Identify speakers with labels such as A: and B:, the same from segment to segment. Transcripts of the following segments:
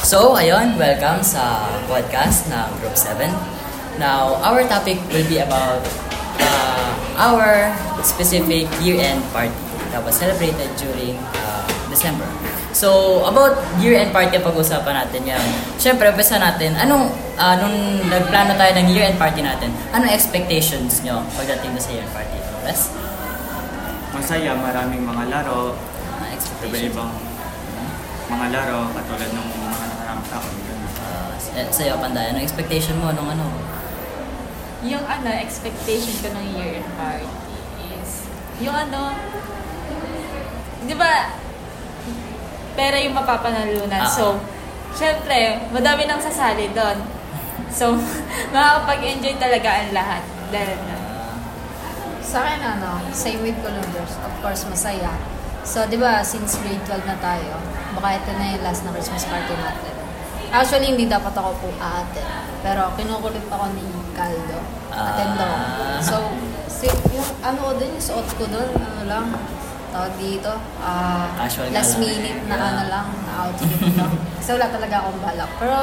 A: So, ayun, welcome sa podcast ng Group 7. Now, our topic will be about uh, our specific year-end party that was celebrated during uh, December. So, about year-end party ang pag-usapan natin yan. Siyempre, umpisa natin, anong, uh, nung nagplano tayo ng year-end party natin, anong expectations nyo pagdating na sa year-end party? Yes?
B: Masaya, maraming mga laro,
A: Mga expectations.
B: iba-ibang mga laro, katulad ng mga nakaraang taon. ganun.
A: Uh, sa- sa'yo, Panday, anong expectation mo nung ano?
C: Yung ano, expectation ko ng year-end party is, yung ano, di ba, pera yung mapapanalunan.
A: Ah.
C: So, syempre, madami nang sasali doon. So, makakapag-enjoy talaga ang lahat. Dahil na.
A: Uh,
D: Sa akin, ano, same with Columbus. Of course, masaya. So, di ba, since grade 12 na tayo, baka ito na yung last na Christmas party natin. Actually, hindi dapat ako po aaten. Pero kinukulit ako ni Caldo.
A: Ah.
D: Atendo. ako. So, si, yung ano ko dun, yung suot ko dun, ano lang, tawag dito, ah,
A: Casual na
D: last
A: lang.
D: minute na
A: Yeah.
D: ano lang, na outfit lang. Kasi wala talaga akong balak. Pero,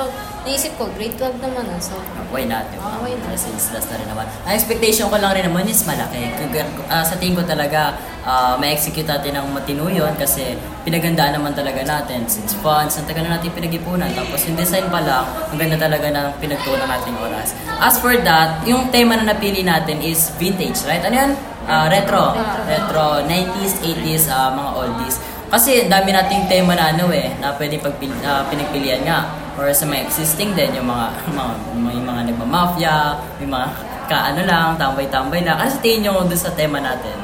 D: naisip ko, grade 12 naman, ah, so,
A: Why not? Diba?
D: Oh, why not?
A: Since last na rin naman. Ang expectation ko lang rin naman is malaki. Kag- ah, sa tingin ko talaga, ah, ma-execute natin ng matino yun kasi pinagandaan naman talaga natin. Since funds, ang tagal na natin pinag-ipunan. Tapos yung design pa lang, ang ganda talaga ng pinagtuunan nating oras. As for that, yung tema na napili natin is vintage, right? Ano yan? Ah, retro. Retro. 90s, 80s, ah, mga oldies. Kasi ang dami nating tema na ano eh, na pwedeng pagpil, ah, pinagpilian nga. Or sa mga existing din, yung mga, mga may mga nagmamafia, may mga ka ano lang, tambay-tambay lang. Ano sa tingin nyo doon sa tema natin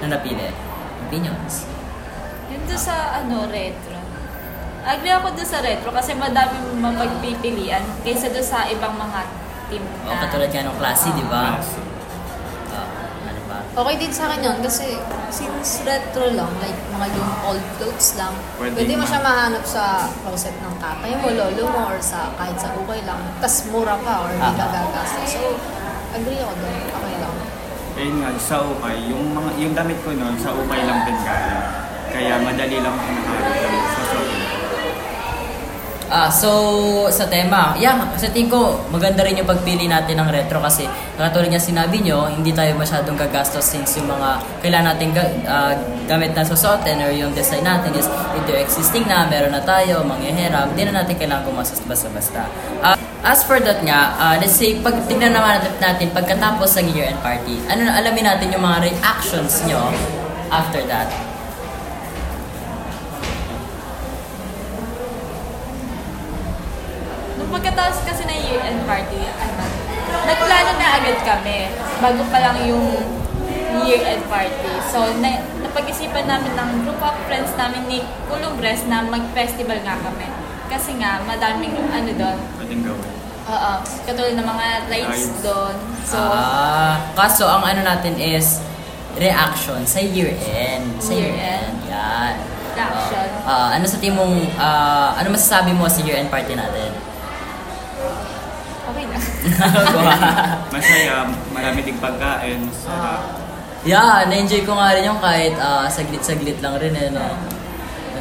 A: na napili? Opinions.
C: Yun doon sa ano, retro. Agree ako doon sa retro kasi madami mapagpipilian kaysa doon sa ibang mga team
A: O
C: na.
A: Oh, katulad nga ng klase, di ba?
B: Klase.
A: Ah, ano ba?
D: Okay din sa akin yun kasi since retro lang, like mga yung old clothes lang,
B: Pwede
D: pwede, mo
B: ma-
D: siya mahanap sa closet ng tatay mo, lolo mo, or sa kahit sa ukay lang. Tapos mura pa or hindi ka
A: Ah.
D: gagastos. So, agree ako doon. Okay lang.
B: Ayun nga, sa ukay, yung, mga, yung damit ko noon, sa ukay lang din kaya. Kaya madali lang ako nakakalala sa shopping.
A: Ah, so sa tema, yeah, sa tingin ko maganda rin yung pagpili natin ng retro kasi katulad niya sinabi nyo, hindi tayo masyadong gagastos since yung mga kailangan natin ga- ah, gamit na susuotin or yung design natin is ito yung existing na, meron na tayo, mangyahiram, hindi na natin kailangan gumastos basta-basta. Ah, as for that nga, ah, let's say, pag tignan naman natin- natin pagkatapos ng year-end party, ano na alamin natin yung mga reactions nyo after that.
C: Nung pagkatapos kasi na year-end party, ano, nagplano na agad kami bago pa lang yung year-end party. So, na, napag-isipan namin ng group of friends namin ni Columbres na mag-festival nga kami. Kasi nga, madaming ano doon.
B: Pwedeng gawin.
C: Oo, katulad ng mga lights
B: Lights.
C: doon. So,
A: ah, kaso ang ano natin is reaction sa year-end. Sa
C: Year-end.
A: year-end. Yan.
C: Reaction.
A: Ah, ah, ano sa tingin mong, ah, ano masasabi mo sa year-end party natin?
C: okay na.
B: Masaya, marami ding pagkain, sarap.
A: yeah, na-enjoy ko nga rin yung kahit ah, saglit-saglit lang rin eh, no?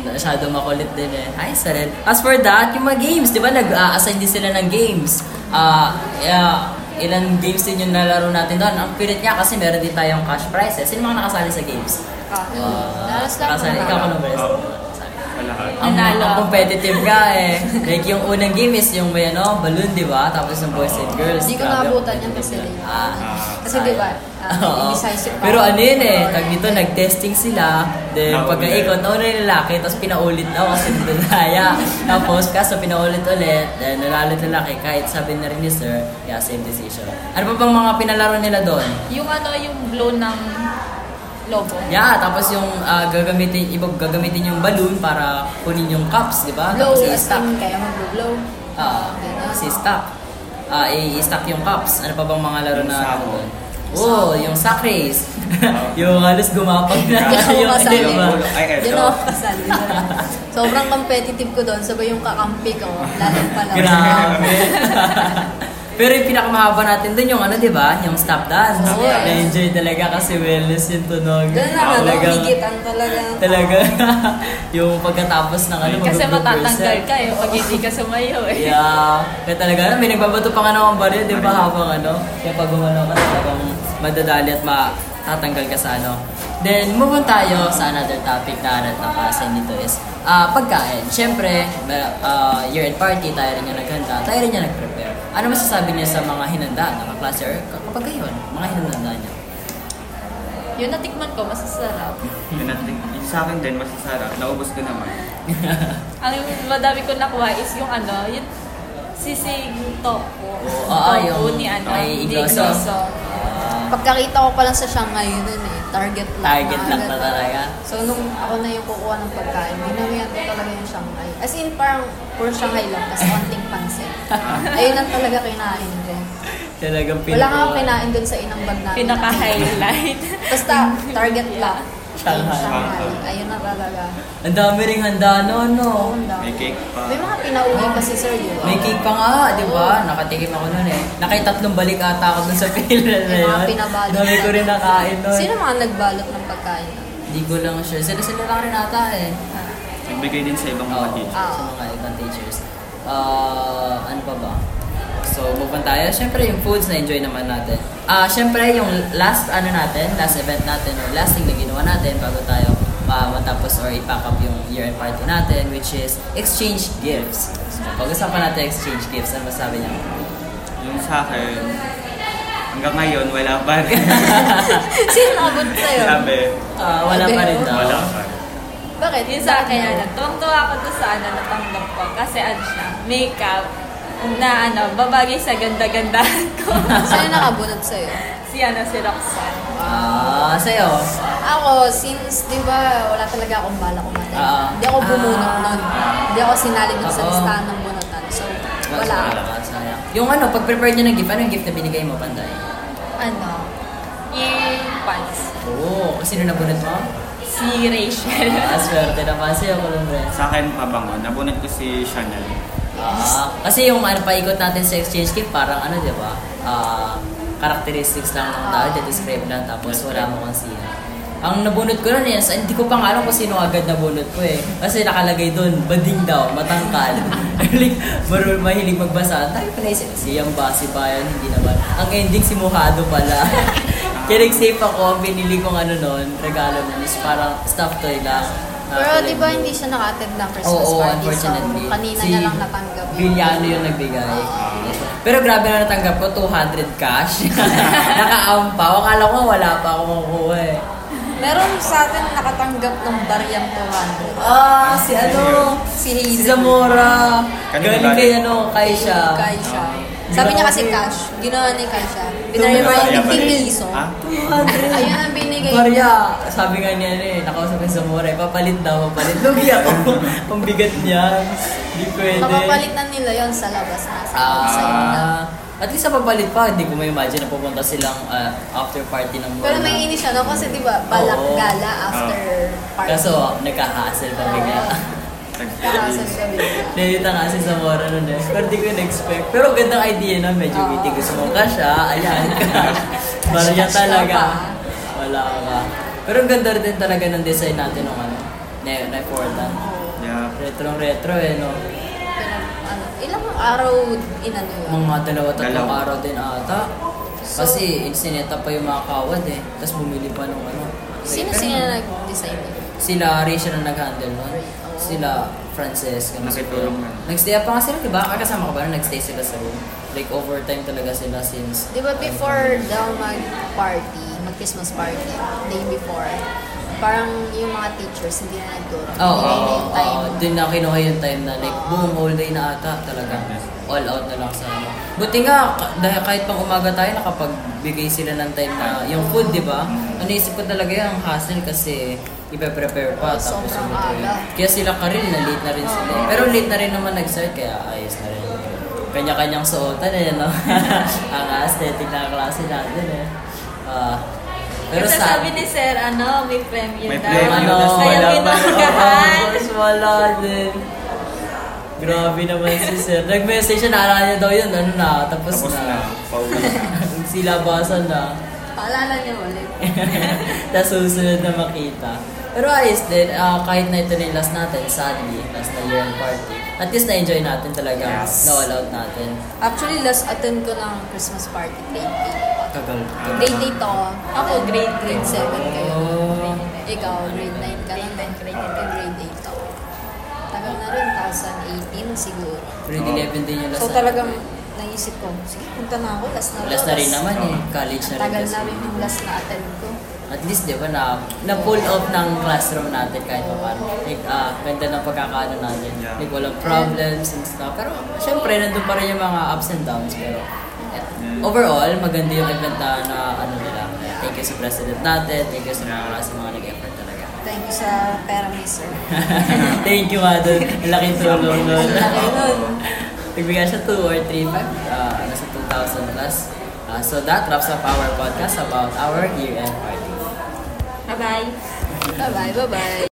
A: Masyado makulit din eh. Ay, saril. As for that, yung mga games, di ba? Nag-assign din sila ng games. Ah, yeah, ilan games din yung nalaro natin doon. Ang pilit niya kasi meron din tayong cash prizes. Sino mga nakasali sa games?
C: Ah,
A: Ah,
D: Nalas lang
A: nakasali.
D: ako.
A: Ikaw ka numbers.
B: Oo. Sa lahat.
A: Ang,
C: Nanalo
A: ang
C: ako.
A: competitive ka eh. like yung unang game is yung may ano, balloon, di ba? Tapos yung boys and girls.
D: Hindi ko
A: Grabe,
D: naabutan
A: ang
D: yan kasi
A: competitive
D: late.
A: na. Ah.
D: Kasi di ba, ah,
A: Oo.
D: indecisive pa
A: Pero
D: ako.
A: ano yun eh,
D: Pero,
A: tag dito nag-testing sila, then
B: Nauli.
A: pagkaikot, nauna yung lalaki, tapos pinaulit na kasi hindi na naya. tapos kaso pinaulit ulit, then nalalit lalaki, kahit sabi na rin ni sir, yeah, same decision. Ano pa bang mga pinalaro nila doon?
C: yung ano, yung blow ng lobo.
A: Yeah, tapos yung ah, gagamitin, ibang gagamitin yung balloon para kunin yung cups, di ba?
D: Blow
A: Tapos
D: is
A: i-stack.
D: in, kaya mag-blow.
A: Ah, si stack. Ah, i-stack yung cups. Ano pa bang mga laro
B: Yung
A: na ano
B: sako.
A: doon? Oh, yung sack race.
B: Ah.
A: yung halos gumapag na. ano,
B: Hindi
D: Hindi ako kasali.
A: hindi ba?
B: Ay, eto.
D: Hindi ako kasali. Sobrang competitive ko doon. Sabay yung kakampi ko. Lalang pala.
A: Grabe. Pero yung pinakamahaba natin dun yung ano, di ba? Yung stop dance.
D: Oo, yes.
A: Na-enjoy talaga kasi wellness yung tunog.
E: Doon na nga,
A: Talagang-
E: nakikitan talaga.
A: Talaga. yung pagkatapos ng ano,
C: Kasi
A: mag-group
C: matatanggal
A: reset.
C: ka eh pag hindi ka sumayo eh.
A: Yeah. Kaya talaga, ano, may nagbabato pa nga naman baril, di ba, habang ano? Kaya pag umano ka talagang madadali at matatanggal ka sa ano. Then, move on tayo sa another topic na arat na kasi nito is ah, pagkain. Siyempre, ma- ah, year-end party, tayo rin yung naghanda, tayo rin yung nag-prepare. Ano masasabi niyo sa mga hinandaan ng kaklase or kapag kayo, mga hinandaan niyo?
C: Yun natikman ko, masasarap.
B: Yun at yung sa akin din, masasarap. Naubos ko naman.
C: Ang madami ko nakuha is yung ano, yung sisig toko.
A: Oo, ah,
C: Toko
A: yung
C: ni ano,
A: kay
C: ni
A: Igloso.
C: Igloso.
A: Ah,
D: Pagkakita ko pala sa siya ngayon nun eh, target lang.
A: target
D: na
A: lang
D: agad.
A: na talaga.
D: So, nung ako na yung kukuha ng pagkain, ginamihan ko talaga yung Shanghai. As in, parang for Shanghai lang, kasi konting pansit. Ayun lang talaga kinain ko.
A: Talagang
D: Wala nga ako
A: pinupuan.
D: kinain dun sa inang bag namin.
C: Pinaka-highlight.
D: Basta, target lang.
A: Shanghai.
D: Shanghai. Ayun na talaga.
A: Ang dami ring handa no, no?
D: Oo, ang dami.
B: May cake pa.
D: May mga pinauwi kasi sir, di ba?
A: May cake pa nga, di ba? Nakatikim ako nun eh. Nakitatlong balik ata ako dun sa pila na
D: May
A: yun.
D: mga pinabalot.
A: Dami ko rin nakain nun.
D: Sino mga nagbalot ng pagkain?
A: Hindi ko lang sure. Sila-sila lang rin ata eh.
B: Nagbigay din sa ibang mga
A: Oo,
B: teacher.
D: Ah.
A: sa mga ibang teachers. Ah, ano pa ba? So, move on tayo. Siyempre, yung foods na-enjoy naman natin. Ah, siyempre, yung last ano natin, last event natin, or last thing na ginawa natin bago tayo ah, matapos or ipack up yung year-end party natin, which is exchange gifts. So, pag-usapan natin exchange gifts. Ano masabi niya?
B: Yung sa akin, hanggang ngayon, wala pa rin.
D: Sino nakabot sa'yo?
B: Sabi,
A: Ah, wala pa rin daw.
B: wala pa.
D: Bakit?
C: Yun sa akin,
D: Bakit?
C: ano, tuwang-tuwa ako to sa ano, natanggap ko. Kasi ano siya, makeup na ano, babagay sa ganda-gandahan ko.
D: Sino nakabunot sa'yo?
C: si ano, si Roxanne.
A: Ah, sa'yo.
D: Ako, since, di ba, wala talaga akong bala kumatay.
A: Oo.
D: Hindi ako bumunot
A: Ah.
D: nun. Hindi ako sinali dun sa
A: Oo.
D: listahan ng bunutan. So, wala.
A: ka, sayang. Yung ano, pag-prepare niya ng gift, ano yung gift na binigay mo, Panday?
D: Ano?
C: Yung pants.
A: Oo, oh, sino nabunod mo?
C: Si Rachel.
A: Ah, swerte naman sa'yo, Columbres.
B: Sa akin, pabango. Nabunot ko si Chanel.
A: Ah, kasi yung ano, paikot natin sa exchange gift, parang ano, di ba? Ah, characteristics lang ng tao,
D: Ah.
A: describe lang, tapos wala mo kung sino. Ang nabunot ko nun is, hindi ko pa nga alam kung sino agad nabunot ko eh. Kasi nakalagay doon, bading daw, matangkal. like, marul, mahilig magbasa. Tayo pala isip, siyang ba, si Bayan, hindi naman. Ang ending, si Mojado pala. Kaya nag-save ako, binili kong ano nun, regalo nun is parang stuffed toy lang. na
D: Pero
A: kulay
D: di ba
A: blue.
D: hindi siya naka-attend ng
A: Ah,
D: Christmas
A: Oo,
D: party? So,
A: unfortunately.
D: kanina
A: Si
D: niya lang natanggap yun.
A: Villano yung nagbigay.
D: Oo.
A: Pero grabe na natanggap ko, 200 cash. Nakaampaw. Akala ko wala pa ako makukuha eh.
D: Meron sa atin nakatanggap ng bariyang 200.
A: Ah, si ano? Si
D: Si Hazel.
A: Zamora.
B: Kanino
A: Galing
B: galing?
A: kay ano, kay siya.
D: Kay siya. Sabi niya kasi cash. ah. Ginawa ni Kaisha. Binarya
A: Yung
D: ba
B: Kaya
D: yung
B: pala-
D: 15 milso?
B: Ah?
A: 200.
D: Ayun ang binigay.
A: Maria, sabi nga niya ano eh, nakausap kay Zamora, eh, papalit daw, papalit. Lugi ako. Ang bigat niya. Hindi pwede.
D: Mapapalitan nila yon sa labas. Nasa outside na.
A: Ah, at least sa papalit pa, hindi ko may imagine na pupunta silang ah, after party ng
D: Pero
A: mall na-
D: may inis siya, no? Kasi di ba, balak
A: Oo. Ah.
D: gala after party.
A: Kaso, nagka-hassle pa bigla.
D: Kakasan siya bigla.
A: Nandito nga si Zamora nun eh. Pero di ko in-expect. Pero gandang idea na medyo
D: Oo.
A: witty. Gusto mo ka siya. Ayan ka. Barya
D: Cash-cash ka
A: talaga.
D: pa.
A: Wala ka. Pero ang ganda rin talaga ng design natin nung ano. Na, na
B: Yeah.
A: Retro-retro eh no.
D: Pero, ano, ilang araw inano yun?
A: Mga dalawa tatlong
B: Dalawa.
A: araw din ata.
D: So,
A: Kasi sineta pa yung mga kawad eh. Tapos bumili pa nung ano.
D: Sino-sino na nag-design yun?
A: Sila Rachel ang nag-handle nun. Sila Frances. ganun
B: Nakitulong
A: sila.
B: na.
A: Nag-stay up pa nga sila, di ba? Ah, Kasama ka ba? na Nag-stay sila sa room. Like, overtime talaga sila since... uh,
D: Di ba before daw mag-party, mag-Christmas party, day before, parang yung mga teachers hindi na nagturo.
A: Oo, oh,
D: Hindi na yung time.
A: Doon na kinuha yung time na like,
D: Oo.
A: boom, whole day na ata talaga. All out na lang sa ano. Buti nga, ka- dahil kahit pang umaga tayo, nakapagbigay sila ng time na yung food, di ba? Ano isip ko talaga yung hassle kasi ipe-prepare pa.
D: Oo,
A: tapos
D: sobrang
A: umutuloy.
D: aga.
A: Kaya sila karil, na late na rin sila. eh. Pero late na rin naman nag-start, kaya ayos na rin. Kanya-kanyang suotan eh, no? Ang aesthetic na klase natin eh. Ah, pero
C: Kasi
A: sad.
C: sabi ni Sir, ano, may premium
B: May
C: daw.
B: premium.
A: Ano,
B: Ayun,
A: wala
C: Kaya
A: pa.
C: pinagahan.
A: Tapos wala din. Grabe naman si sir. Nag-message siya, naalala niya daw yun. Ano na, tapos,
B: Tapos na,
A: na.
B: pauwi na.
A: Silabasan na.
D: Paalala niyo ulit.
A: Tapos susunod na makita. Pero ayos din, ah, kahit na ito na yung last natin, sadly, last na year end party. At least na-enjoy natin talaga,
B: Yes.
A: na all out natin.
D: Actually, last attend ko ng Christmas party, grade
A: Tagal.
D: 8. Grade 8 ako. Ako, grade, grade 7 kayo.
A: Oh.
D: Ikaw, grade 9 ka lang. Grade 9, grade 8 ako. Tagal na rin, 2018 siguro.
A: Grade
B: Oo.
A: 11 din yung last
D: So
A: na-
D: talagang naisip ko, sige, punta na ako, last na to,
A: Last na rin
D: tas-
A: naman eh,
B: Oo.
A: college na rin.
D: Tagal
A: kasi.
D: na rin yung last na attend ko.
A: At least, di ba, na, na-pull off ng classroom natin kahit pa paano. Like, ah, ganda ng pagkakaano natin.
B: Yeah.
A: Like, walang problems and stuff. Pero, syempre, nandun pa rin yung mga ups and downs. Pero, yeah.
B: Mm.
A: overall, maganda yung event na, na ano nila. Thank you sa president natin. Thank you sa mga
B: Yeah.
A: sa mga nag-effort talaga.
D: Thank you sa pera ni sir.
A: Thank you, Madon. Ang laking tulong nun.
D: Ang laki nun.
A: Nagbigay siya 2 or 3 back, uh, nasa 2,000 plus. Ah, so that wraps up our podcast about our year-end party.
C: Bye-bye!
D: Bye-bye, bye-bye.